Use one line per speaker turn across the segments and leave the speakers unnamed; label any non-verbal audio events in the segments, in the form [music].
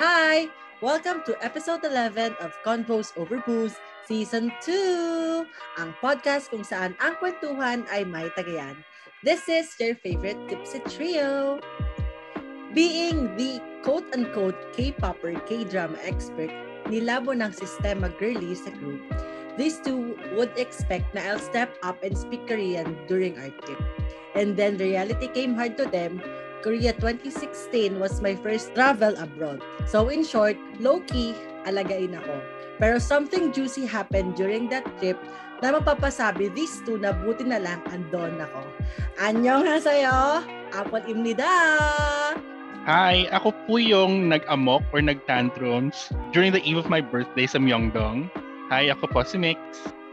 Hi! Welcome to episode 11 of Convos Over Booze Season 2, ang podcast kung saan ang kwentuhan ay may tagayan. This is your favorite Gypsy Trio. Being the quote-unquote K-popper, K-drama expert, nilabo ng sistema girly sa group, these two would expect na I'll step up and speak Korean during our trip. And then reality came hard to them Korea 2016 was my first travel abroad. So in short, low-key, alagain ako. Pero something juicy happened during that trip na mapapasabi these two na buti na lang andon ako. Anyong hasayo! Apot imnida!
Hi, ako po yung nag-amok or nag-tantrums during the eve of my birthday sa Myeongdong. Hi, ako po si Mix.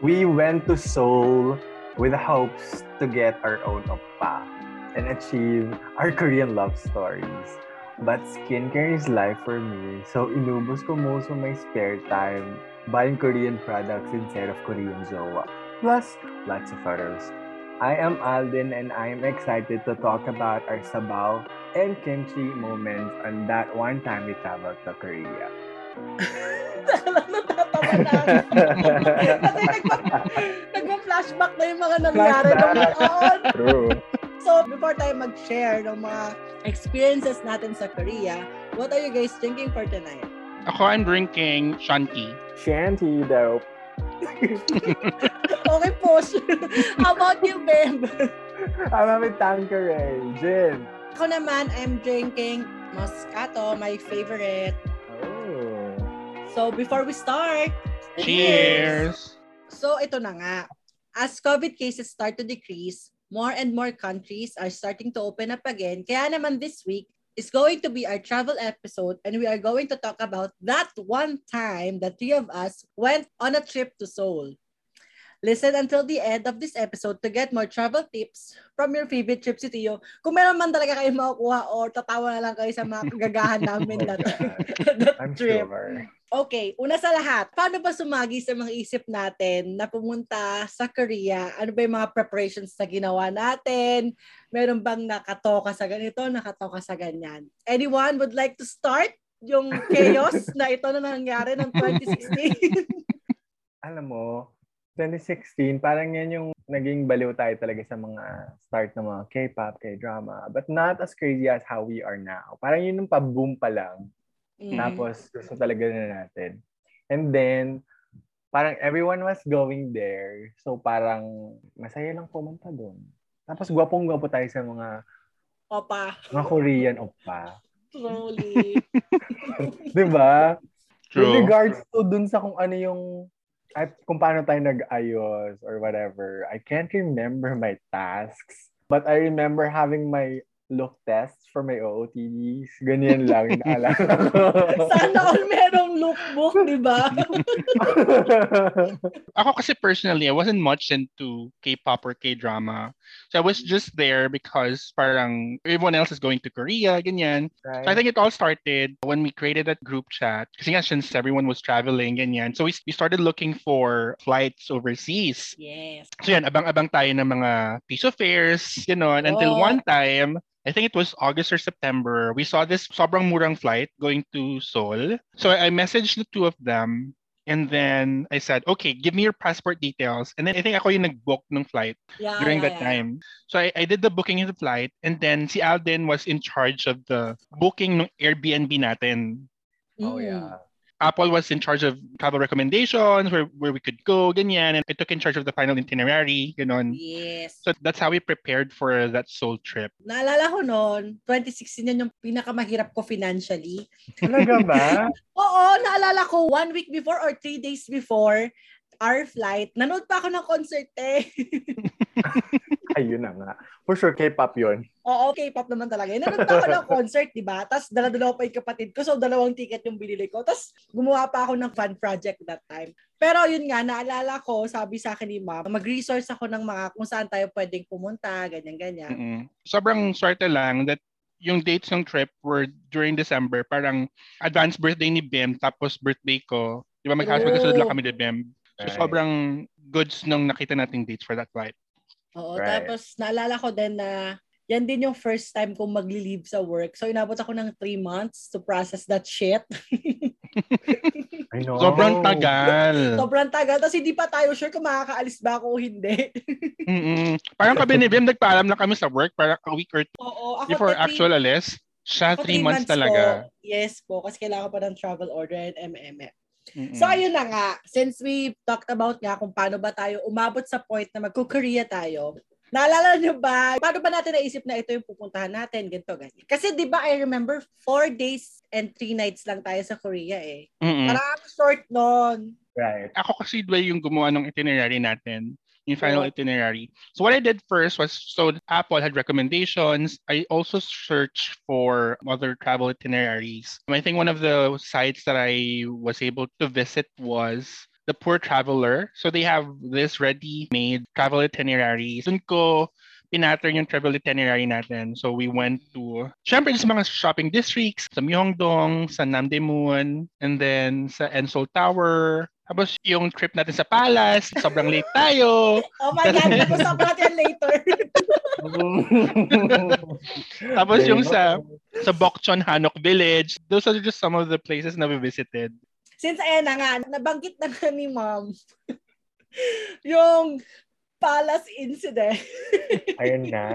We went to Seoul with the hopes to get our own oppa and achieve our Korean love stories. But skincare is life for me, so inubos ko most of my spare time buying Korean products instead of Korean jowa. Plus, lots of others. I am Alden and I am excited to talk about our sabaw and kimchi moments on that one time we traveled to Korea.
Talagang natatawa na ako. Kasi nagpa- nagpa-flashback na yung mga nangyari noong
Flashback.
noon.
[laughs] True.
So, before tayo mag-share ng mga experiences natin sa Korea, what are you guys drinking for tonight?
Ako I'm drinking Shanti.
Shanty though.
Okay po, [laughs] sure. How about you, Beb?
I'm having Tanqueray. Gin.
Ako naman, I'm drinking Moscato, my favorite.
Oh.
So, before we start,
Cheers!
So, ito na nga. As COVID cases start to decrease, more and more countries are starting to open up again. Kaya naman this week is going to be our travel episode and we are going to talk about that one time the three of us went on a trip to Seoul. Listen until the end of this episode to get more travel tips from your favorite trip si Tio. Kung meron man talaga kayo makukuha or tatawa na lang kayo sa mga kagagahan namin
my
[laughs] that,
God.
that
I'm
trip.
sure.
Okay, una sa lahat, paano ba sumagi sa mga isip natin na pumunta sa Korea? Ano ba yung mga preparations na ginawa natin? Meron bang nakatoka sa ganito, nakatoka sa ganyan? Anyone would like to start yung chaos na ito na nangyari ng 2016?
alam mo, 2016, parang yan yung naging baliw tayo talaga sa mga start ng mga K-pop, K-drama. But not as crazy as how we are now. Parang yun yung pa-boom pa lang.
Mm.
Tapos gusto talaga na natin. And then, parang everyone was going there. So parang masaya lang pumunta doon. Tapos gwapong-gwapo tayo sa mga,
Opa,
mga Korean oppa.
truly.
'Di ba? With
True.
regards to dun sa kung ano yung ay, kung paano tayo nag-ayos or whatever, I can't remember my tasks. But I remember having my look tests for my OOTDs. Ganyan
[laughs]
lang yung naalala ko. [laughs]
Sana all merong lookbook, di ba?
Ako kasi personally, I wasn't much into K-pop or K-drama. So I was just there because parang everyone else is going to Korea, ganyan. So I think it all started when we created that group chat. Kasi nga, since everyone was traveling, ganyan. So we, we started looking for flights overseas.
Yes.
So yan, abang-abang tayo ng mga piece of fares, you know, and until
Oo.
one time, I think it was August or September, we saw this sobrang murang flight going to Seoul. So I I messaged the two of them and then I said, okay, give me your passport details. And then I think ako yung nag-book ng flight
Yeah,
during
Ah, yeah,
that
yeah.
time. So I, I did the booking of the flight and then si Alden was in charge of the booking ng Airbnb natin.
Oh,
Mm.
yeah.
Apple was in charge of travel recommendations, where, where we could go, ganyan. And I took in charge of the final itinerary, ganun.
Mm. Yes.
So that's how we prepared for that soul trip.
Naalala ko noon, 2016 yan yung pinakamahirap ko financially.
Talaga ba?
Oo, naalala ko, one week before or three days before our flight, nanood pa ako ng concert eh. [laughs]
Ayun na nga. For sure, K-pop yun.
Oo, K-pop naman talaga. eh. Nanood pa ako ng concert, di ba? Tapos dala-dala ko pa yung kapatid ko. So, dalawang ticket yung binili ko. Tapos gumawa pa ako ng fan project that time. Pero yun nga, naalala ko, sabi sa akin ni ma'am, mag-resource ako ng mga kung saan tayo pwedeng pumunta, ganyan-ganyan.
Mm-mm. Sobrang swerte lang that yung dates ng trip were during December. Parang advance birthday ni Bim, tapos birthday ko. Di ba magkasunod-sunod lang kami ni Bim. So
Right.
sobrang goods nung nakita nating dates for that flight.
Oo,
Right.
tapos naalala ko din na yan din yung first time kong magli-leave sa work. So, inabot ako ng three months to process that
[laughs]
shit.
I know.
Sobrang tagal.
Sobrang tagal. Tapos hindi pa tayo sure kung makakaalis ba ako o
[laughs]
hindi.
Mm-mm. Parang kami ni Bim, nagpaalam lang kami sa work para a week or two
Oo. Ako
before
three-
actual alis. Siya,
ako
three months,
po.
talaga.
Yes po. Kasi kailangan ko pa ng travel order and MMF.
Mm-mm.
So, ayun na nga. Since we talked about nga kung paano ba tayo umabot sa point na magkukorea tayo, naalala nyo ba, paano ba natin naisip na ito yung pupuntahan natin, ganito, ganyan. Kasi di ba, I remember, four days and three nights lang tayo sa Korea eh.
Mm-mm.
Parang ang short nun.
Right.
ako kasi dway yung gumawa ng itinerary natin yung final
Oo.
itinerary. So what I did first was so Apple had recommendations. I also searched for other travel itineraries. I think one of the sites that I was able to visit was The Poor Traveler. So they have this ready-made travel itinerary. Dun ko pinattern yung travel itinerary natin. So we went to, syempre sa mga shopping districts, sa Myeongdong, sa Namdaemun, and then sa Ensol Tower. Tapos yung trip natin sa palace, sobrang late tayo.
Oh my God, pag-usapan natin yan later. [laughs]
[laughs] Tapos yung
They
sa-
know.
Sa Bokchon Hanok Village. Those are just some of the places na we visited.
Since ayan na nga, nabanggit na nga ni ma'am [laughs] yung palace incident.
Ayun na.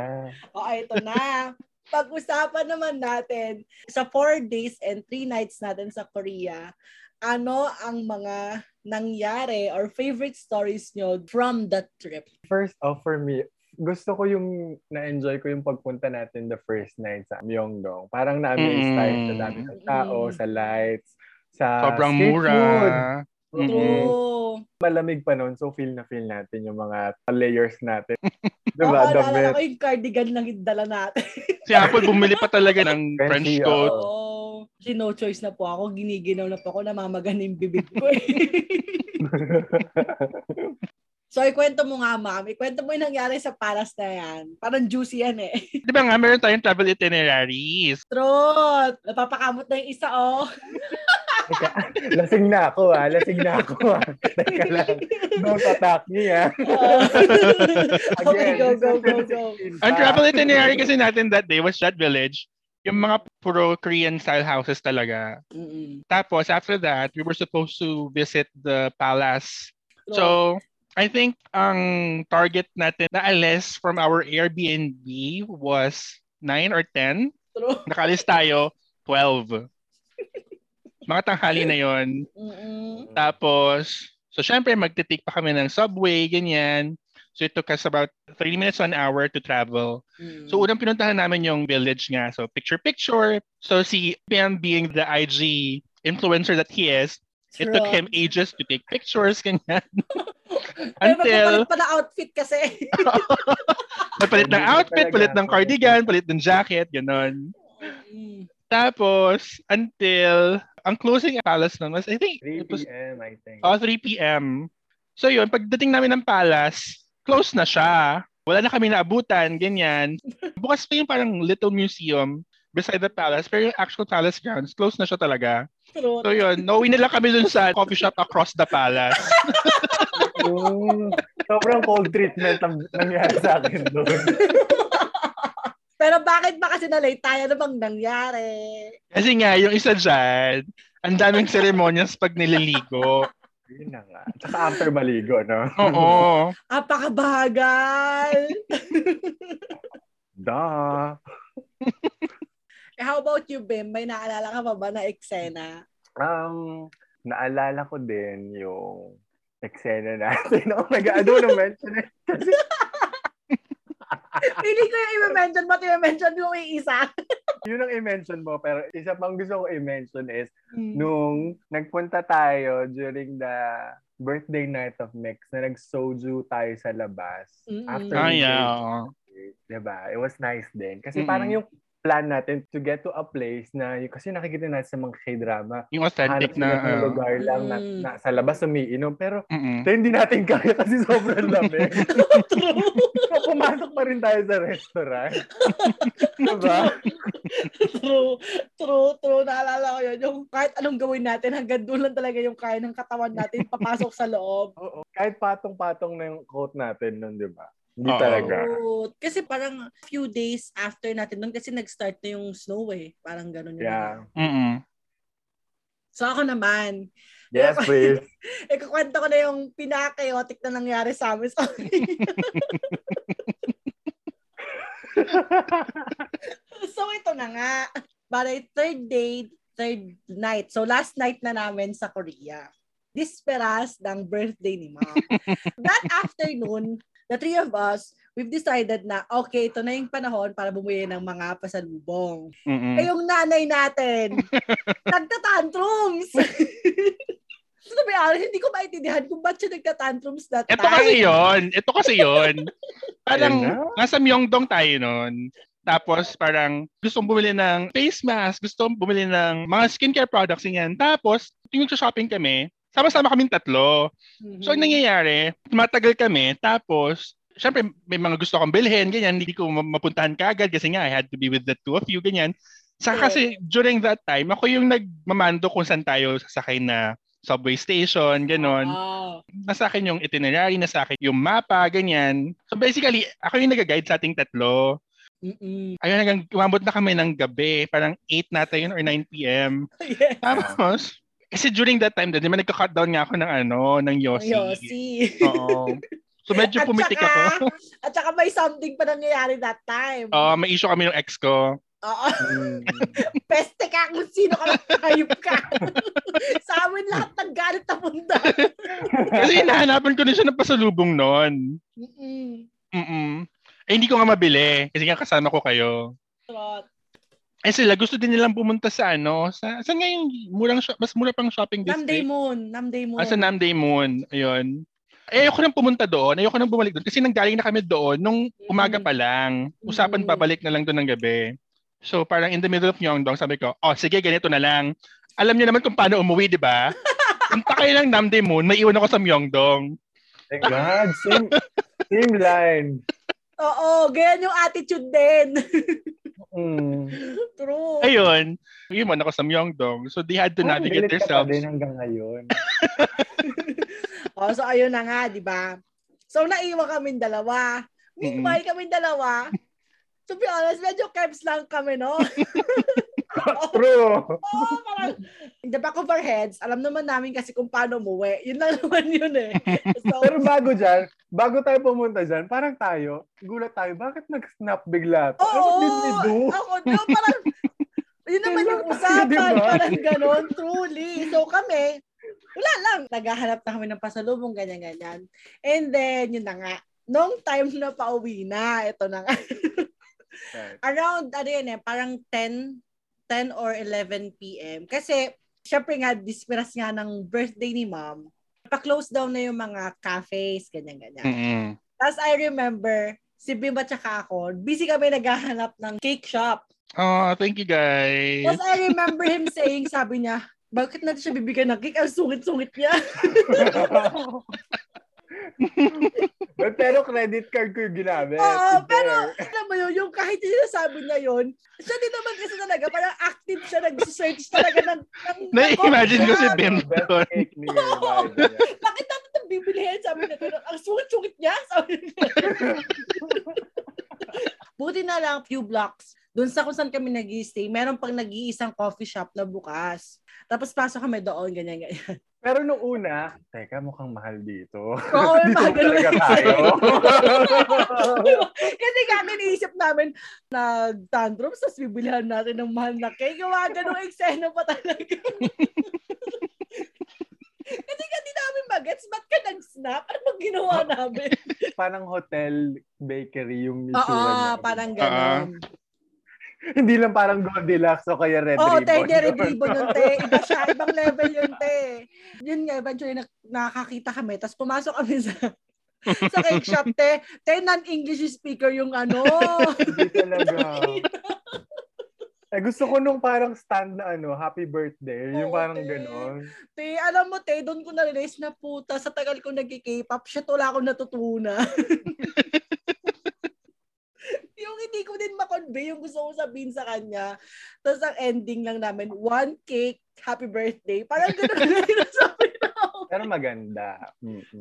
O, ito na. Pag-usapan naman natin sa four days and three nights natin sa Korea, ano ang mga nangyari or favorite stories nyo from that trip?
First off, for me, gusto ko yung na-enjoy ko yung pagpunta natin the first night sa Myeongdong. Parang na-amaze
Mm.
tayo sa dami ng tao,
Mm.
sa lights, sa
Sobrang
Ah, street
mura.
food. Mm-hmm.
Mm-mm.
True.
Malamig pa noon, so feel na feel natin yung mga layers
[laughs]
natin.
Ako,
diba?
naalala
Damit.
ko yung cardigan na dala natin.
Si Apple bumili pa talaga ng French
Fancy, oh.
coat.
oo.
Oo. Kasi no choice na po ako. Giniginaw na po ako. Namamagan yung bibig ko eh.
[laughs]
so, ikwento mo nga, ma'am. Ikwento mo yung nangyari sa palas na yan. Parang juicy yan eh.
Di ba nga, meron tayong travel itineraries.
Trot! Napapakamot na yung isa, oh.
Teka, [laughs] lasing na ako ah. Lasing na ako ah. Teka lang. Don't attack me ah.
Oh. okay,
Again,
go,
this
go,
is
go, go.
Ah.
Ang travel itinerary kasi natin that day was that village. Yung mga puro Korean style houses talaga.
Mm-mm.
Tapos after that, we were supposed to visit the palace.
Trot.
So, I think ang target natin na alis from our Airbnb was 9 or 10.
Trot.
Nakalis tayo 12. Mga tanghali na yon.
Mm-mm.
Tapos, so syempre magte-take pa kami ng subway, ganyan. So it took us about 30 minutes to an hour to travel.
Mm.
So unang pinuntahan namin yung village nga. So picture picture. So si Pam being the IG influencer that he is, it took
Trot.
him ages to take pictures ganyan.
Pero magpapalit
until-
pa na outfit
[laughs]
kasi.
Nagpalit ng outfit,
Talaga.
palit ng cardigan, palit ng jacket, ganun.
Mm.
Tapos until ang closing palace nun was I think it
3
was
p.m. I think.
oh, 3 p.m. So yun, pagdating namin ng palace, close na siya. Wala na kami naabutan, ganyan. Bukas pa yung parang little museum beside the palace, pero yung actual palace grounds, close na siya talaga.
Trot.
So yun, nauwi na lang kami dun sa coffee shop across the palace.
Yung Oh. sobrang cold treatment ang nangyari sa akin doon.
Pero bakit ba kasi na-late tayo? Ano bang nangyari?
Kasi nga, yung isa dyan, ang
[laughs]
daming seremonyas pag nililigo.
Yun na nga. Tsaka after maligo, no? [laughs]
Oo.
Apakabagal!
Da.
Eh, How about you, Bim? May naalala ka pa ba na eksena?
[laughs]
Um, naalala ko din yung eksena natin. [laughs] Oh my God, I don't wanna mention eh? it.
Hindi ko yung i-mention, ba't i-mention yung iisa?
Yun ang i-mention mo, pero isa pang gusto ko i-mention is nung nagpunta tayo during the birthday night of Mix na nag-soju tayo sa labas.
Mm-mm.
After
Ah,
we
yeah.
drank,
oo.
Diba? It was nice din. Kasi
Mm-mm.
parang yung plan natin to get to a place na kasi nakikita natin sa mga k-drama
Yung authentic
hanap
na... ah.
na, ng
oo.
lugar Diba? lang na,
Mm.
na sa labas umiinom pero [laughs]
Mm-mm.
tayo hindi natin kaya kasi sobrang lamig.
True.
so, pumasok pa rin tayo sa restaurant. diba?
True. True. True. Naalala ko yun. Yung kahit anong gawin natin, hanggang doon lang talaga yung kaya ng katawan natin papasok sa loob.
Oo. Kahit patong-patong na yung coat natin nun, diba? Hindi
Oo.
talaga.
Cute. Kasi parang few days after natin doon kasi nag-start na yung snow eh. Parang ganun yung
Yeah.
Mm-mm.
So ako naman,
Yes, please.
ikukwento ko na yung pinaka-chaotic na nangyari sa amin. Sorry. [laughs] so ito na nga. Baray third day, third night. So last night na namin sa Korea. Disperas ng birthday ni mom. That afternoon, the three of us, we've decided na okay, ito na yung panahon para bumili ng mga pasalubong.
Mm-mm.
Eh, yung nanay
[laughs]
natin, nagtatantrums. [laughs] so, to be honest, hindi ko maintindihan kung ba't siya nagtatantrums that
Ito
time.
kasi yon. Ito kasi
[laughs]
yon. Parang
Ayun
nasa Myeongdong tayo noon. Tapos parang gusto kong bumili ng face mask, gusto kong bumili ng mga skincare products niyan. Tapos yung shopping kami, sama-sama kaming tatlo.
Mhm.
So ang nangyayari, matagal kami tapos Siyempre, may mga gusto kong bilhin, ganyan. Hindi ko ma- mapuntahan kagad kasi nga, I had to be with the two of you, ganyan. Sa
Correct.
kasi during that time, ako yung nagmamando kung saan tayo sasakay na subway station,
Mhm.
ganon
Wow.
nasa akin yung itinerary, nasa akin yung mapa, ganyan. So basically, ako yung nag-guide sa ating tatlo.
[laughs] Mm-mm.
Ayun, hanggang umabot na kami ng gabi. Parang 8 nata yun or 9 p.m.
Yeah.
Tapos, kasi during that time, di ba nagka-cut down nga ako ng ano, ng Yossi.
Yossi.
Oo. So
At
medyo pumitik
saka,
ako.
At saka may something pa nangyayari that time.
[laughs] Oo, may issue kami ng ex ko.
Oo. [laughs]
[laughs]
Mm.
Peste ka kung sino ka hayop ka. [laughs] Sa amin lahat ng galit na punta.
Kasi hinahanapan ko na siya ng pasalubong noon.
Mm-mm.
Mm-mm. Eh, hindi ko nga mabili. Kasi nga kasama ko kayo.
Trot.
Eh sila, gusto din nilang pumunta sa ano, sa, saan nga yung murang, shop- mas mura pang shopping district?
Namday Moon. Namday Moon.
Ah, sa Namday Moon. Ayun. Eh, ayoko nang pumunta doon. Ayoko nang bumalik doon. Kasi nanggaling na kami doon nung umaga
Mm-hmm.
pa lang.
Mm.
Usapan babalik na lang doon ng gabi. So, parang in the middle of Myeongdong, sabi ko, oh, sige, ganito na lang. Alam niyo naman kung paano umuwi, di
[laughs]
ba? Punta kayo ng Namday Moon, may iwan ako sa Myeongdong.
Thank God. Same, same line.
Oo, ganyan yung attitude din. [laughs]
Mm.
True.
Ayun, iwan ako sa Myeongdong. So, they had to
Oh,
navigate
galit ka pa
themselves.
din hanggang ngayon.
Oh, so ayun na nga, di ba? So naiwan kami dalawa. Meanwhile, kami dalawa, to be honest, medyo kebs lang kami, no?
True.
Oo, parang in the back of our heads, alam naman namin kasi kung paano umuwi. Yun lang [laughs] naman yun eh. So,
Pero bago dyan, bago tayo pumunta dyan, parang tayo, gulat tayo, bakit nag-snap bigla to? Ano
oo,
what did we do?
ako, no, parang, yun naman yung usapan,
Diba?
parang ganon, truly. So kami, wala lang, naghahanap na kami ng pasalubong, ganyan-ganyan. And then, yun na nga, nung time na pauwi na, ito na nga, around, ano yun eh, parang 10, 10 or 11 p.m. Kasi, syempre nga, disperas nga ng birthday ni mom. Pa-close down na yung mga cafes, ganyan-ganyan.
Mm-mm.
Tapos I remember, si Bim at saka ako, busy kami naghahanap ng cake shop.
Oh, thank you guys.
Tapos I remember him saying, sabi niya, bakit natin siya bibigyan ng cake? Ang sungit-sungit niya.
Eh, pero credit card ko yung ginamit.
Oo,
Super.
pero alam mo yun, yung kahit sinasabi niya yun, siya din naman kasi talaga, parang active siya, nag-search talaga ng... ng
Na-imagine ko si
[laughs]
Bim
Best
doon.
cake ni your life. Yeah.
bakit natin ito bibilihin? Sabi na ganun, ang sungit-sungit niya. Sabi niya. [laughs] Buti na lang, few blocks. Doon sa kung saan kami nag stay meron pang nag-iisang coffee shop na bukas. Tapos pasok kami doon, ganyan, ganyan.
Pero nung una, teka, mukhang mahal dito.
[laughs] Oo, may mga
Dito
ganun.
talaga
[laughs]
tayo.
Kasi kami naisip namin, nag-tantrums, tapos bibilihan natin ng mahal na cake. Yung mga ganun eksena pa talaga. [laughs] Kasi hindi namin magets, ba't ka nag-snap? Ano bang ginawa namin?
parang hotel bakery yung
Oo,
itsura niya.
parang ganun.
Hindi lang parang Goldilocks o kaya Red
Oo,
Ribbon.
te, hindi Red Ribbon yun, te. Iba siya, ibang level yun, te. Yun nga, eventually nak- nakakita kami. Tapos pumasok kami sa [laughs] sa cake shop, te. Te, non-English speaker yung ano.
Hindi talaga. Eh, gusto ko nung parang stand na ano, happy birthday. Yung
Oo,
parang
te.
ganon.
te, alam mo, te, doon ko na-realize na puta, sa tagal ko nag-K-pop, shit, wala akong natutunan. [laughs] yung hindi ko din makonvey yung gusto kong sabihin sa kanya. Tapos ang ending lang namin, one cake, happy birthday. Parang ganun na yung nasabi [laughs] namin.
Pero maganda.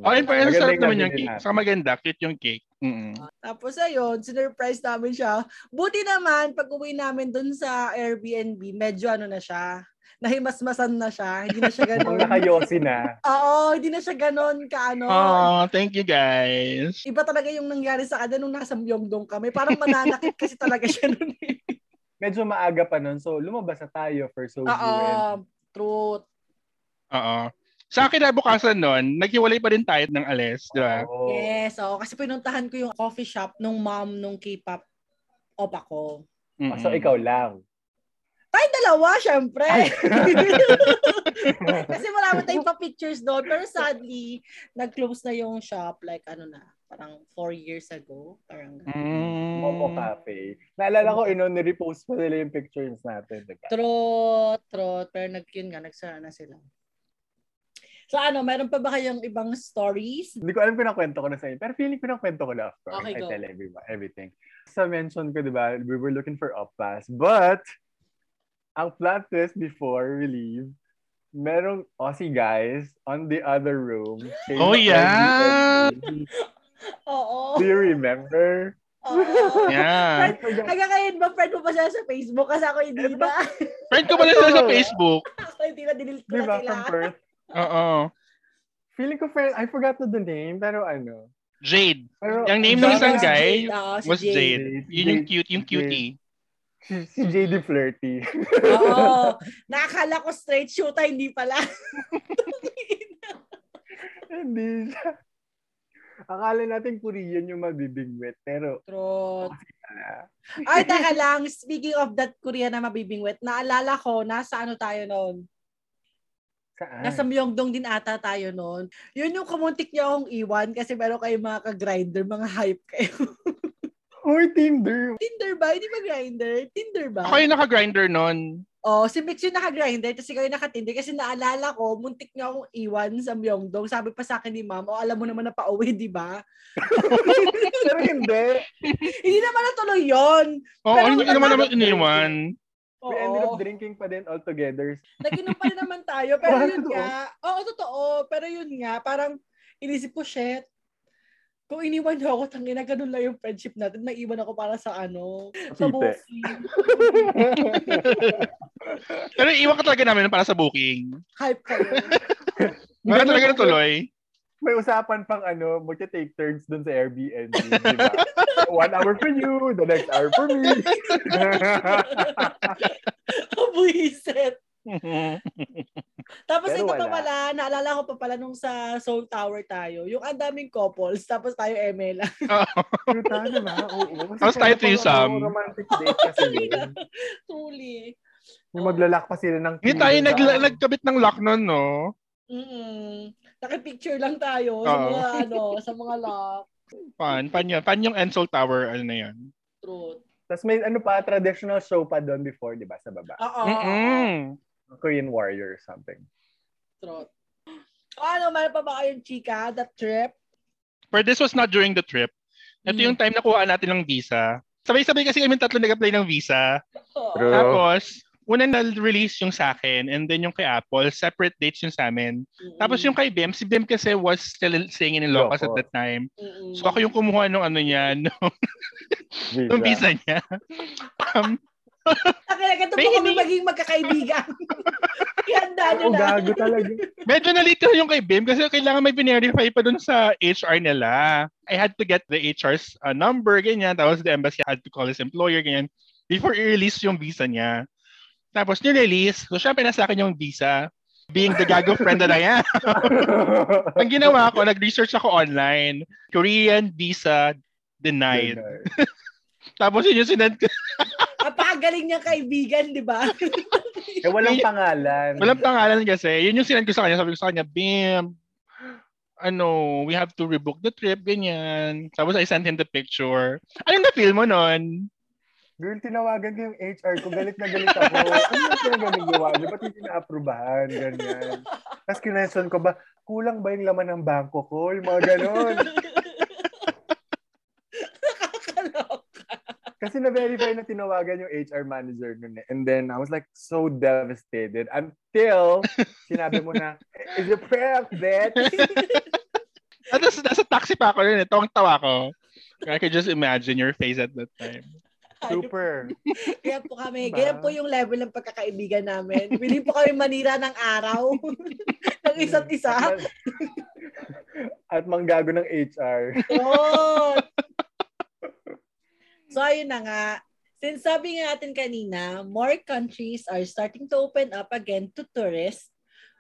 Oh, in fairness, sarap
Maganda
naman yung
yung
cake.
natin.
Saka maganda, cute yung cake. Mm-mm.
Tapos ayun, sinurprise namin siya. Buti naman, pag uwi namin dun sa Airbnb, medyo ano na siya, nahimasmasan na siya. Hindi na siya
Kung
ganun.
nakayosi na.
Oo, hindi na siya ganun ano, kaano.
Oh, thank you guys.
Iba talaga yung nangyari sa kanya nung nasa Myeongdong kami. Parang mananakit kasi talaga siya nun. eh.
Medyo maaga pa nun. So, lumabas na tayo for so
Oo, truth.
Oo. Sa akin na bukasan nun, naghiwalay pa rin tayo ng alis, di ba?
Oh,
Yes, oo. Kasi pinuntahan ko yung coffee shop nung mom nung K-pop opa ko.
Mm-mm.
Ah, So, ikaw lang.
Tayo dalawa, syempre.
Ay.
[laughs] Kasi wala mo tayong pa-pictures doon. Pero sadly, nag-close na yung shop like ano na, parang four years ago. Parang
Mm.
Momo Cafe. Naalala ko, inon, repost pa nila yung pictures natin. Diba?
Trot, trot. Pero nag yun nga, nagsara na sila. So ano, meron pa ba kayong ibang stories?
Hindi ko alam kung nakwento ko na sa inyo. Pero feeling ko nakwento ko na, of course.
Okay,
I
go.
tell everyone, everything. Sa mention ko, di ba, we were looking for oppas. But, ang plot twist before we leave, merong Aussie guys on the other room. saying,
Oh, yeah!
"Aussie, Aussie."
Oo.
Do you remember?
Oo.
Yeah.
Nagkakayin ba? Friend mo ba siya sa Facebook? Kasi ako hindi na. [laughs]
Friend ko pala sila sa Facebook.
ako hindi na. Dinilip ko
Di
na
ba,
sila.
from Perth?
Oo.
Feeling ko, friend, I forgot na the name, pero ano.
Jade.
Pero,
Yung name ng
Jade,
isang
si
guy
Jade. Oo, si
was
Jade.
Jade.
Jade,
Yun yung
Jade,
cute, yung
Jade.
cutie.
Si, si JD Flirty.
Oo. Nakakala ko straight shoot, ay, hindi pala.
Hindi siya. Akala natin Korean yung mabibigwit, pero
Trot.
ah,
Ay, taka lang. Speaking of that Korea na mabibingwit, naalala ko, nasa ano tayo noon?
saan?
Nasa Myeongdong din ata tayo noon. Yun yung kumuntik niya akong iwan kasi meron kayo mga ka-grinder, mga hype kayo. [laughs]
Or Tinder.
Tinder ba? Hindi ba grinder? Tinder ba?
Ako yung naka-grinder nun.
Oh, si Mix yung naka-grinder tapos ikaw yung naka-Tinder kasi naalala ko, muntik niya akong iwan sa Myeongdong. Sabi pa sa akin ni ma'am, oh, alam mo naman na pauwi, di ba? [laughs]
Pero hindi.
hindi naman natuloy yun.
Oo,
Pero
hindi naman
ang-
naman iniwan.
We ended
Oo.
up drinking pa din all together.
Nag-inom pa rin naman tayo.
[laughs]
Pero yun
Parang Ah, totoo.
nga. Oo, totoo. Pero yun nga, parang inisip ko, shit. Kung iniwan niyo ako, tangina, ganun lang yung friendship natin. Naiwan ako para sa ano, sa
Tite.
booking.
Pero iwan ka talaga namin para sa booking.
Hype kayo.
[laughs]
Wala talaga
[laughs]
natuloy.
May usapan pang ano, magta-take turns dun sa Airbnb, di ba? [laughs] One hour for you, the next hour for me.
Buisit. Tapos
Pero
ito pa
wala.
pala, naalala ko pa pala nung sa Seoul Tower tayo, yung ang daming couples, tapos tayo ML.
Puta na ba? Oo. Kasi
Tapos tayo
parang
threesome.
ano, Romantic
[laughs]
date kasi yun.
[laughs] Truly.
Yung maglalak pa sila ng
Hindi tayo
key
nag
sa-
nagkabit ng lock nun, no?
Mm-mm. Nakipicture lang tayo sa
Oo.
mga ano, sa mga lock.
Pan, pan yun. Pan yung Ensol Tower, ano na yun.
Truth.
Tapos may ano pa, traditional show pa doon before, di ba, sa baba.
Oo.
Mm-mm.
Korean Warrior or something.
Trot. O ano, meron pa ba kayong chika that trip?
But this was not during the trip. Ito
Mm.
yung time na kuhaan natin ng visa. Sabay-sabay kasi kami tatlo nag-apply ng visa.
Oo.
True.
Tapos, una na-release yung sa akin and then yung kay Apple, separate dates yung sa amin.
Mm-mm.
Tapos yung kay Bim, si Bim kasi was still staying in Ilocos at
Ilocos.
that time.
Mm-mm.
So ako yung kumuha nung ano niya, nung,
Visa.
nung visa niya. [laughs] Um,
Nakilala ka, ito
May
pa kami
hindi-
maging
[laughs]
magkakaibigan. Ihanda nyo
Ang
Ano na.
gago talaga.
medyo nalito yung kay Bim kasi kailangan may binerify pa dun sa HR nila. I had to get the HR's uh, number, ganyan. Tapos the embassy had to call his employer, ganyan. Before i-release yung visa niya. Tapos nirelease. So syempre nasa akin yung visa. Being the gago friend that I am. Ang ginawa ko, nag-research ako online. Korean visa denied. Tapos yun yung sinend ko.
Napakagaling niyang kaibigan, di ba?
[laughs] Eh, walang pangalan.
Walang pangalan kasi. Yun yung sinend ko sa kanya. Sabi ko sa kanya, Bim, ano, we have to rebook the trip, ganyan. Tapos I sent him the picture. Anong na-feel mo nun?
Girl, tinawagan ko yung HR ko. Galit na galit ako. Ano ba yung ganun gawa niyo? Ba't hindi na-aprubahan? Ganyan. Tapos kinension ko ba, kulang ba yung laman ng bangko ko? Yung mga ganun.
[laughs] Nakakaloka.
Kasi na-verify na tinawagan yung HR manager nun eh. And then I was like so devastated until sinabi mo na, "Eh, is a prep, bitch!
At nasa, nasa taxi pa ako rin eh. Tawang-tawa ko. I could just imagine your face at that time.
Super.
Kaya po kami,
Diba?
ganyan po yung level ng pagkakaibigan namin. Hindi po kami manira ng araw. [laughs] ng isa't isa.
At manggago ng HR.
Yun. so, ayun na nga. Since sabi nga natin kanina, more countries are starting to open up again to tourists.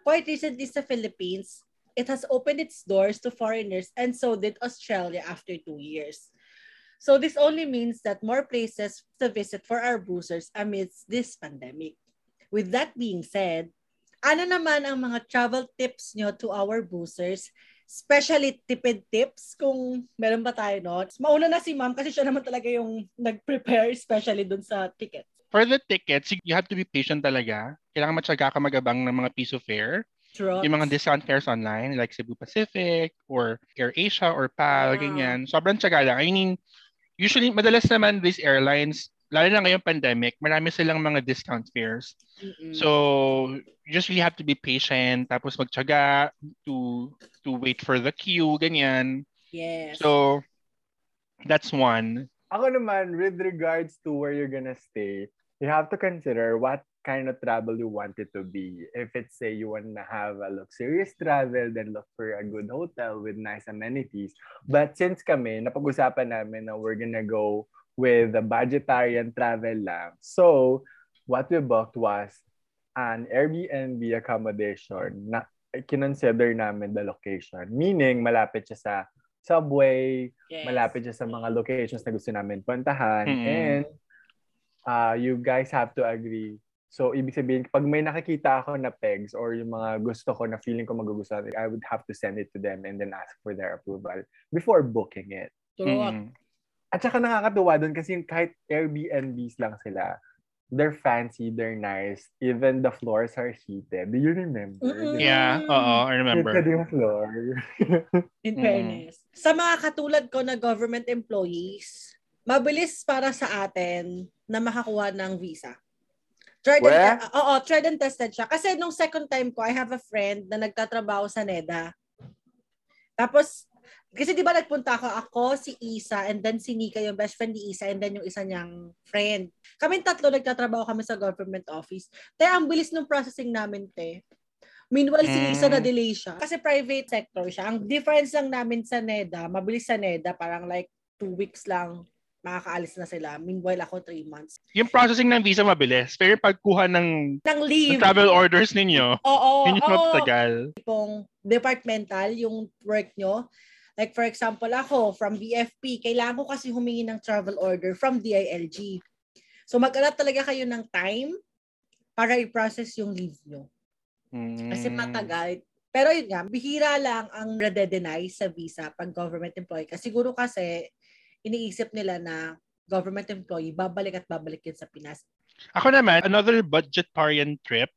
Quite recently sa Philippines, it has opened its doors to foreigners and so did Australia after two years. So this only means that more places to visit for our boozers amidst this pandemic. With that being said, ano naman ang mga travel tips nyo to our boozers especially tipid tips kung meron ba tayo no. Mauna na si ma'am kasi siya naman talaga yung nag-prepare especially dun sa ticket.
For the tickets, you have to be patient talaga. Kailangan matyaga ka magabang ng mga piso fare.
Trucks.
Yung mga discount fares online, like Cebu Pacific, or Air Asia, or PAL,
Ah.
ganyan. Sobrang tsaga lang. I mean, usually, madalas naman these airlines, lalo na ngayong pandemic, marami silang mga discount fares.
Mm-mm.
So, you just really have to be patient, tapos magtyaga to to wait for the queue, ganyan.
yes.
So, that's one.
Ako naman, with regards to where you're gonna stay, you have to consider what kind of travel you want it to be. If it's say you want to have a luxurious travel, then look for a good hotel with nice amenities. But since kami, napag-usapan namin na we're gonna go with a budgetarian travel lang. So, what we booked was an Airbnb accommodation na kinonsider namin the location. Meaning, malapit siya sa subway,
yes.
malapit siya sa mga locations na gusto namin puntahan.
Mm.
And uh, you guys have to agree. So, ibig sabihin, pag may nakakita ako na pegs or yung mga gusto ko na feeling ko magugustuhan, I would have to send it to them and then ask for their approval before booking it.
Truck.
Mm.
At saka nakakatuwa doon kasi kahit Airbnbs lang sila, they're fancy, they're nice, even the floors are heated. Do you remember?
Mm-mm.
Yeah, oo, I remember.
Heated yung
[laughs]
floor.
In
Mm.
fairness. Sa mga katulad ko na government employees, mabilis para sa atin na makakuha ng visa. Tried
Where?
and, te- oo, tried and tested siya. Kasi nung second time ko, I have a friend na nagtatrabaho sa NEDA. Tapos, kasi di ba nagpunta ako, ako, si Isa, and then si Nika, yung best friend ni Isa, and then yung isa niyang friend. Kaming tatlo nagtatrabaho kami sa government office. Te, ang bilis ng processing namin, te. Meanwhile, si Lisa
Mm.
na-delay siya. Kasi private sector siya. Ang difference lang namin sa NEDA, mabilis sa NEDA, parang like two weeks lang makakaalis na sila. Meanwhile, ako three months.
Yung processing ng visa mabilis, pero yung pagkuha ng,
Nang
ng
leave.
travel orders ninyo,
Oo,
yun yung
oo.
matagal.
tipong departmental yung work nyo. Like for example, ako from BFP, kailangan ko kasi humingi ng travel order from DILG. So mag-alap talaga kayo ng time para i-process yung leave nyo. Kasi
Mm.
matagal. Pero yun nga, bihira lang ang nade-deny sa visa pag government employee. Kasi siguro kasi iniisip nila na government employee, babalik at babalik yun sa Pinas.
Ako naman, another budgetarian trip.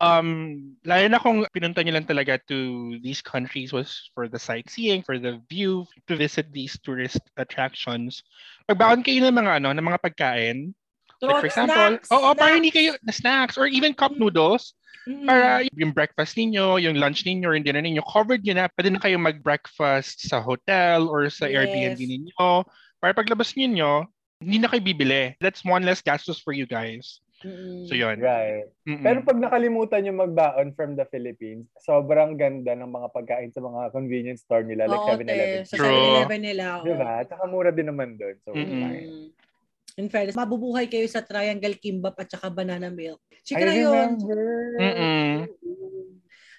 Um, lalo na kung pinunta nyo lang talaga to these countries was for the sightseeing, for the view, to visit these tourist attractions. Pagbaon kayo ng mga ano, ng mga pagkain. Like for example,
Oh, Snacks!
oo, para hindi
Snacks!
kayo na snacks or even cup
Mm.
noodles
Mm.
para uh, yung breakfast ninyo, yung lunch ninyo, or yung dinner ninyo, covered nyo na. Pwede na kayo mag-breakfast sa hotel or sa
Yes.
Airbnb ninyo. Para paglabas ninyo, hindi na kayo bibili. That's one less gastos for you guys.
Mm-mm.
So yun.
right.
Mm-mm.
Mm.
Pero pag nakalimutan yung magbaon from the Philippines, sobrang ganda ng mga pagkain sa mga convenience store nila like
Oo, te.
7-Eleven.
Sa
True.
7-Eleven nila. oo.
Diba? Tsaka mura din naman doon. So,
Mm-mm.
fine.
Mm. In fairness, mabubuhay kayo sa Triangle Kimbap at saka Banana Milk.
I
Chika na yun.
remember.
Mm-mm.
Mm-hmm.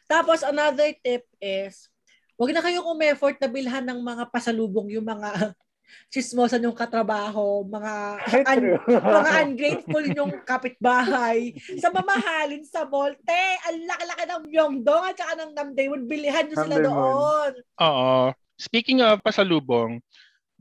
Tapos another tip is, wag na kayong umeffort na bilhan ng mga pasalubong yung mga [laughs] chismosan yung katrabaho, mga
Ay,
un-
true.
mga ungrateful yung kapitbahay. Sa mamahalin sa mall, te, ang laki-laki ng Myeongdong at saka ng Namdaemun, bilihan nyo sila
Namdaemun.
doon.
Oo. Speaking of pasalubong,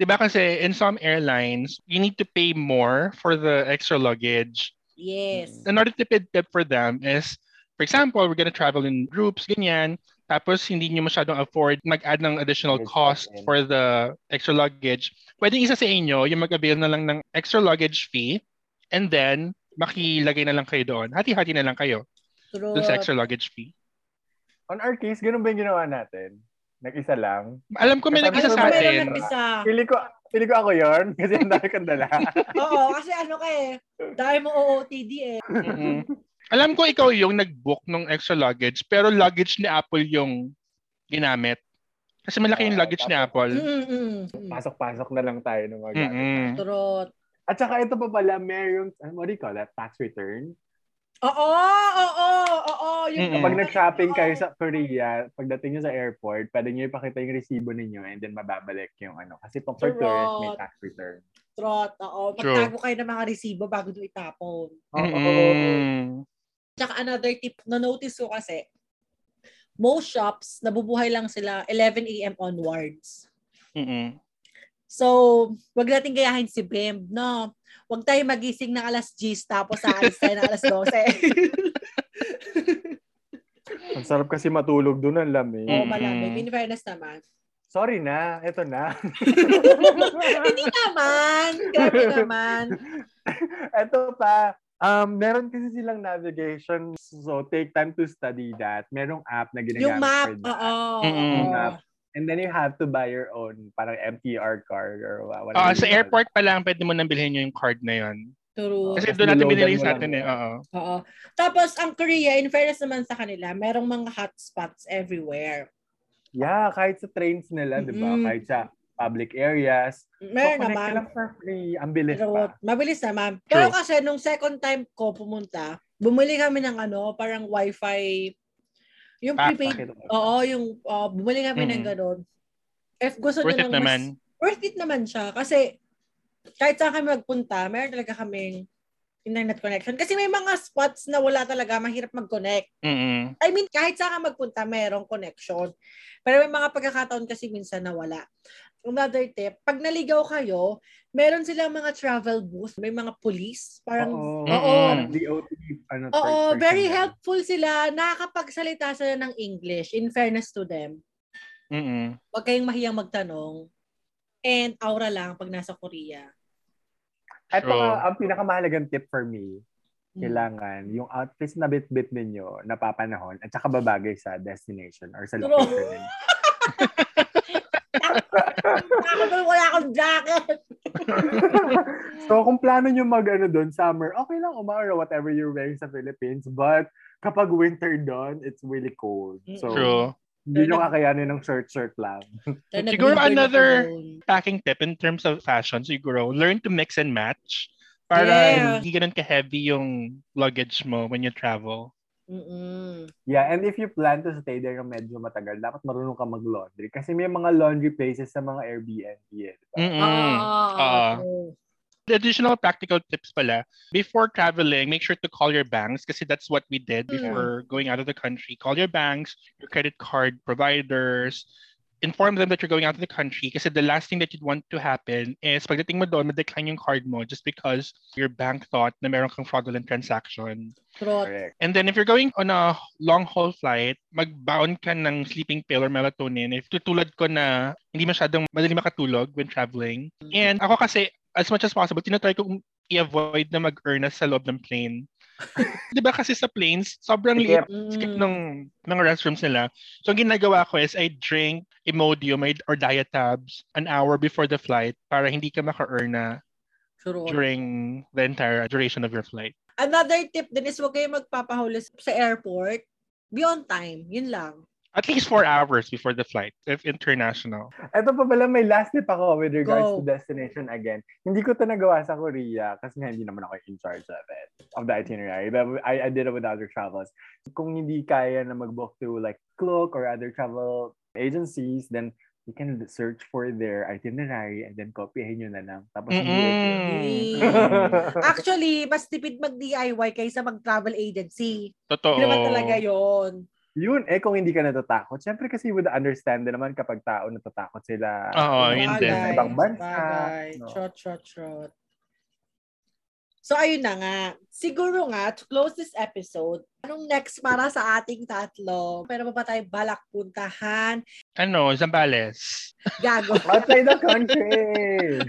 'di ba kasi in some airlines, you need to pay more for the extra luggage.
Yes.
Mm. Another tip tip for them is, for example, we're gonna travel in groups, ganyan. tapos hindi nyo masyadong afford mag-add ng additional
Luggage
cost
natin.
for the extra luggage, pwede isa sa inyo yung mag-avail na lang ng extra luggage fee and then makilagay na lang kayo doon. Hati-hati na lang kayo
True.
dun sa extra luggage fee.
[laughs] On our case, ganun ba yung ginawa natin? Nag-isa lang?
Alam ko may
Kasama
nag-isa sa
yung mga
Ano Meron
atin.
meron
nag-isa.
Pili ko, pili ko ako yon [laughs] kasi ang dami kang dala.
Oo, kasi ano ka eh. Dahil mo OOTD eh.
Mm-mm. Alam ko ikaw yung nag-book ng extra luggage pero luggage ni Apple yung ginamit. Kasi malaki yung
Oo,
luggage ni
tapos-
Apple.
Mm-mm.
Pasok-pasok na lang tayo ng mga gamit.
Mm-mm.
Trot.
At saka ito pa pala, merong, ano, what do you call that? Tax return?
Oo, oo, oo. Yung
Mm-mm.
Pag nag-shopping kayo sa Korea, pagdating nyo sa airport, pwede nyo ipakita yung resibo ninyo and then mababalik yung ano. Kasi pag for
Correct.
tourist, may tax return.
Trot, oo.
True.
Magtago kayo ng mga resibo bago nyo itapon.
Mm-mm.
Tsaka another tip na notice ko kasi, most shops, nabubuhay lang sila 11 a.m. onwards.
Mm-mm.
So, wag natin gayahin si Bim, no? Wag tayo magising ng alas 10 tapos aalis tayo ng alas 12.
Ang sarap kasi matulog doon ang lamig.
[laughs] Oo,
Mm.
malamig. In fairness naman.
Sorry na, eto na. [laughs]
Hindi naman. Grabe naman.
eto pa. Um, meron kasi silang navigation. So, take time to study that. Merong app na ginagamit.
Yung map,
for that.
oo.
Mm-mm.
oo.
Map. And then you have to buy your own parang MTR card or wha- whatever.
Ah,
you
sa
call
airport pa lang pwede mo nang bilhin yung card na yon.
True.
Kasi
Tapos
doon natin
niloadan
binili
mo
sa
lang
atin eh.
yun.
Oo.
Oo. Tapos, ang Korea, in fairness naman sa kanila, merong mga hotspots everywhere.
it. Yeah, kahit sa trains nila, di ba?
Mm-mm.
Kahit sa public areas.
Meron
Kukunin
naman.
ka lang for free. Ang bilis
Pero
pa.
mabilis naman.
True.
Pero kasi nung second time ko pumunta, bumili kami ng ano, parang wifi, yung
Ah,
prepaid.
Bakit?
Oo, yung uh, bumili kami ng
Mm.
ganun. If gusto
Worth
nyo
it
ng mas,
naman.
worth it naman siya. Kasi kahit saan kami magpunta, meron talaga kaming internet connection. Kasi may mga spots na wala talaga, mahirap mag-connect.
Mm-mm.
I mean, kahit saan ka magpunta, merong connection. Pero may mga pagkakataon kasi minsan na wala. Another tip, pag naligaw kayo, meron silang mga travel booth, may mga police. Parang, oo,
Oo.
Oo.
Parang DOT. Ano, third person
very
yan.
helpful sila. Nakakapagsalita sila ng English, in fairness to them.
Mm-mm.
Huwag kayong mahiyang magtanong. And aura lang pag nasa Korea.
Ito
True.
nga, ang pinakamahalagang tip for me,
Mm. [laughs]
kailangan yung outfits na bit-bit ninyo napapanahon at saka babagay sa destination or sa
True.
location ninyo.
Ako doon, wala akong jacket.
so, kung plano nyo mag ano doon, summer, okay lang umaaraw whatever you're wearing sa Philippines. But, kapag winter doon, it's really cold. So,
True.
hindi nyo kakayanin ng shirt-shirt lang.
Siguro
Nag-winter na
another-
doon.
packing tip in terms of fashion, siguro, learn to mix and match para
Yeah.
hindi ganun ka-heavy yung luggage mo when you travel.
Mm-mm.
Yeah, and if you plan to stay there na medyo matagal, dapat marunong ka mag-laundry. Kasi may mga laundry places sa mga Airbnb. Eh, di ba?
Mm. Mm-mm.
Ah,
Ah.
oo.
The additional practical tips pala, before traveling, make sure to call your banks kasi that's what we did
Mm.
before going out of the country. Call your banks, your credit card providers, inform them that you're going out of the country kasi the last thing that you'd want to happen is pagdating mo doon, ma-decline yung card mo just because your bank thought na meron kang fraudulent transaction.
Trot.
Correct.
And then if you're going on a long haul flight, mag-bound ka ng sleeping pill or melatonin. If tutulad ko na hindi masyadong madali makatulog when traveling. And ako kasi, as much as possible, tinatry kong i-avoid na mag-earn sa loob ng plane. [laughs] Di ba kasi sa planes, sobrang liit skip
Mm.
ng, ng restrooms nila. So, ang ginagawa ko is I drink Imodium I- or Diatabs an hour before the flight para hindi ka maka-earn na
Trot.
during the entire duration of your flight.
Another tip din is huwag kayo magpapahuli sa airport. Be on time. Yun lang.
At least four hours before the flight, if international.
Ito pa pala, may last tip ako with regards
Go.
to destination again. Hindi ko to nagawa sa Korea kasi nga hindi naman ako in charge of it, of the itinerary. But I, I did it with other travels. Kung hindi kaya na mag-book through like Klook or other travel agencies, then you can search for their itinerary and then copyhin nyo na lang. Tapos [laughs] mm
Actually, mas tipid mag-DIY kaysa mag-travel agency.
Totoo.
Hindi naman talaga yon.
Yun, eh kung hindi ka natatakot. Siyempre kasi with the understanding naman kapag tao natatakot
Oo,
sila. Kung
Oh, yun
nasa
din.
Ibang bansa.
Bagay.
no?
Trot, trot, trot. So ayun na nga. Siguro nga, to close this episode, anong next para sa ating tatlo? Pero pa ba tayo balak puntahan?
Ano, Zambales. [laughs]
Gago.
Outside the country! [laughs]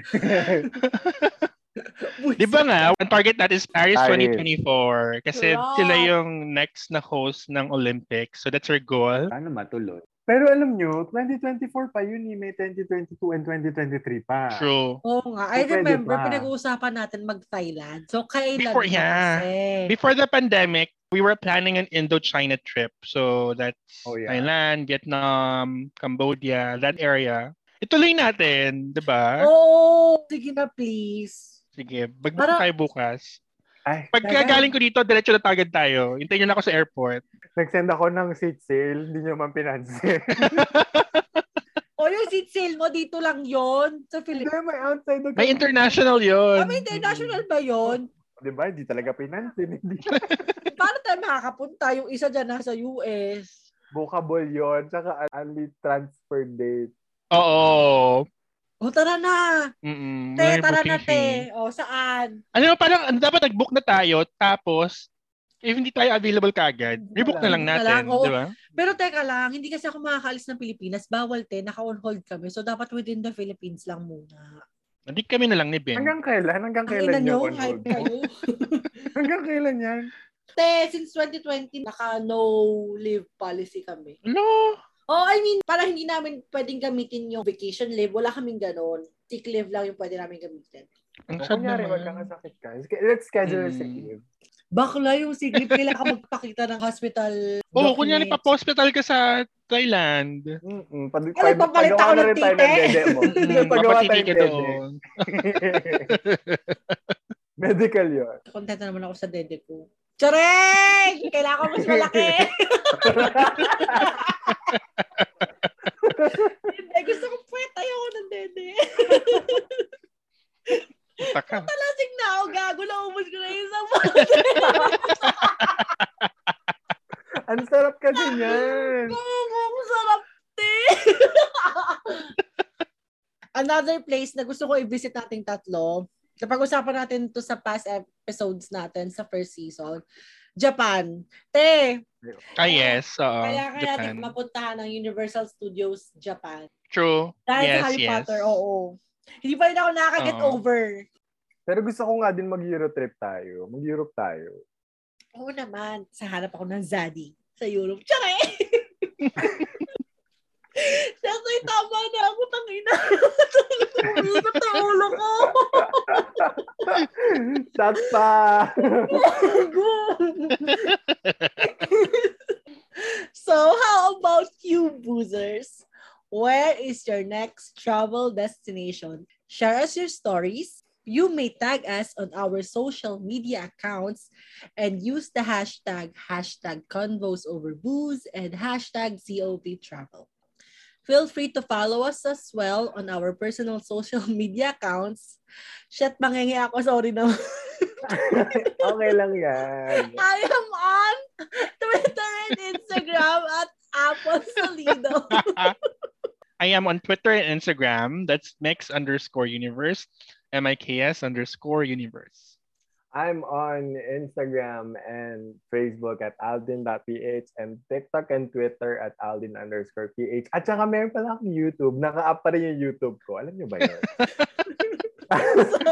Di ba nga, ang target natin is Paris
Paris.
2024. Kasi
Correct.
sila yung next na host ng Olympics. So that's our goal.
Sana matulot. Pero alam nyo, 2024 pa yun eh. May 2022 and 2023 pa.
True.
Oo nga. I
So, pwede
remember,
pa.
pinag-uusapan natin mag-Thailand. So, kailan
Before-
na
yeah.
kasi?
Before the pandemic, we were planning an Indochina trip. So that's
Oh, yeah.
Thailand, Vietnam, Cambodia, that area. Ituloy natin, di ba?
Oh, Oo! sige na, please.
Sige, mag
Para-
tayo bukas.
Ay,
Pagka
Dagan.
galing ko dito, diretso na tagad tayo. Hintayin nyo na ako sa airport.
Nagsend ako ng seat sale, hindi nyo man pinansin.
[laughs]
O yung seat sale mo, dito lang yon sa
Hindi,
Philippines.
may outside the
May international
Ah,
yun.
may international ba yon?
Di ba? Diba, Hindi talaga pinansin. Hindi.
Paano tayo makakapunta? Yung isa dyan nasa US.
Bookable yun. Tsaka only transfer date.
Oo.
O tara na.
Mm-mm.
Te,
May
tara na,
booking
te.
fee.
O saan?
Ano parang ano, dapat nag-book na tayo tapos if hindi tayo available kagad,
Hindi
rebook
na
na lang
lang. Hindi na lang,
natin,
oo.
di ba?
Pero teka lang, hindi kasi ako makakaalis ng Pilipinas. Bawal, te. Naka-on hold kami. So, dapat within the Philippines lang muna.
Hindi kami na lang ni Ben.
Hanggang kailan? Hanggang
Ang ina
kailan
nyo,
yun?
hype kayo.
Hanggang kailan yan?
te, since 2020, naka-no leave policy kami.
Hello.
Oh, I mean, parang hindi namin pwedeng gamitin yung vacation leave. Wala kaming ganon. Sick leave lang yung pwede namin gamitin.
Ang
O,
sad
kunyari,
naman.
magkakasakit ka. Let's schedule a sick
Mm.
leave.
Bakla yung sick leave. Kailangan ka magpakita ng hospital.
[laughs] Oo,
document.
kunyari pa-hospital ka sa
[laughs]
Thailand.
Mm-mm. Pag,
Kailan papalit ako ng
tayo ng
tite?
dede mo.
[laughs] Mm,
Pagawa tayo
Mapatiti
ng
ka
dede.
doon.
[laughs] Medical yun.
Kontento naman ako sa dede ko. Charing! Kailangan ko [laughs] mas malaki. Hindi, gusto ko puwet. Ayoko ng dede.
Taka.
Lasing na ako, gago. Naubos ko na yung isang
Ang sarap kasi niyan.
Ang sarap, te. [laughs] Another place na gusto ko i-visit nating tatlo, napag-usapan natin to sa past episodes natin sa first season, Japan. Te,
Ah, yes. Oo.
kaya kaya
Japan.
natin mapuntahan ng Universal Studios Japan.
True.
Dahil
yes,
sa Harry
yes.
Potter, oo. Hindi pa rin ako nakaka-get
Oo.
over.
Pero gusto ko nga din mag-Euro trip tayo. Mag-Europe tayo. [laughs]
Oo naman. Sa hanap ako ng Zaddy sa Europe. Tsare! Siyempre, tama na ako. Tangina. [laughs] Umigot na ulo ko.
Sakta!
Gago. [laughs] so, how about you, boozers? Where is your next travel destination? Share us your stories. You may tag us on our social media accounts and use the hashtag hashtag convos over booze and hashtag COP travel. Feel free to follow us as well on our personal [laughs] social media accounts. Shit, mangingi ako. Sorry na.
[laughs] okay lang yan.
I am on Twitter and Instagram at Apple Salido.
[laughs] I am on Twitter and Instagram. That's mix underscore universe. M-I-K-S underscore universe.
I'm on Instagram and Facebook at aldin.ph and TikTok and Twitter at aldin underscore ph. At saka meron pala akong YouTube. Naka-up pa rin yung YouTube ko. Alam nyo ba yun?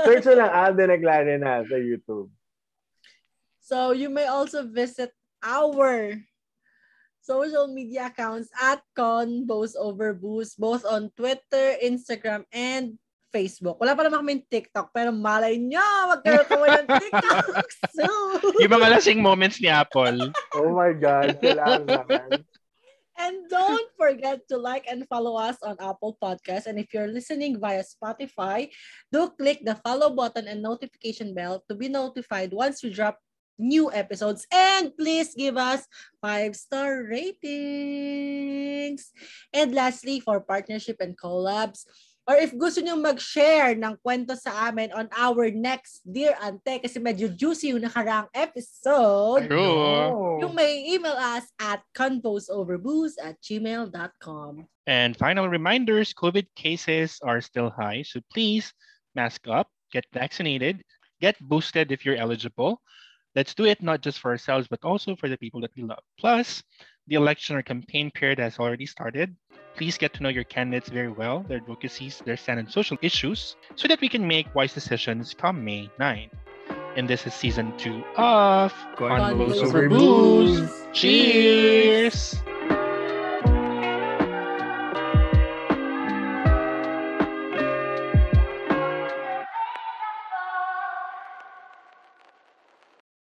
Search nyo lang Aldin Aglare na sa YouTube.
so you may also visit our social media accounts at Convos Over Booze, both on Twitter, Instagram, and Facebook. Wala pa naman kaming TikTok, pero malay nyo, magkaroon kami ng TikTok [laughs] soon.
Yung mga lasing moments ni Apple.
Oh my God. Kailangan naman.
And don't forget to like and follow us on Apple Podcasts. And if you're listening via Spotify, do click the follow button and notification bell to be notified once we drop new episodes. And please give us five star ratings. And lastly, for partnership and collabs, or if gusto nyo mag-share ng kwento sa amin on our next Dear Ante, kasi medyo juicy yung nakaraang episode.
Oh.
True.
You may email us at convosoverbooze at gmail.com.
And final reminders COVID cases are still high. So please mask up, get vaccinated, Get boosted if you're eligible. Let's do it not just for ourselves, but also for the people that we love. Plus, the election or campaign period has already started. Please get to know your candidates very well, their advocacies, their stand on social issues, so that we can make wise decisions come May 9. And this is season two of
Gone
Gone
Convos
Goes
Over
Over
Booze.
Booze.
Cheers!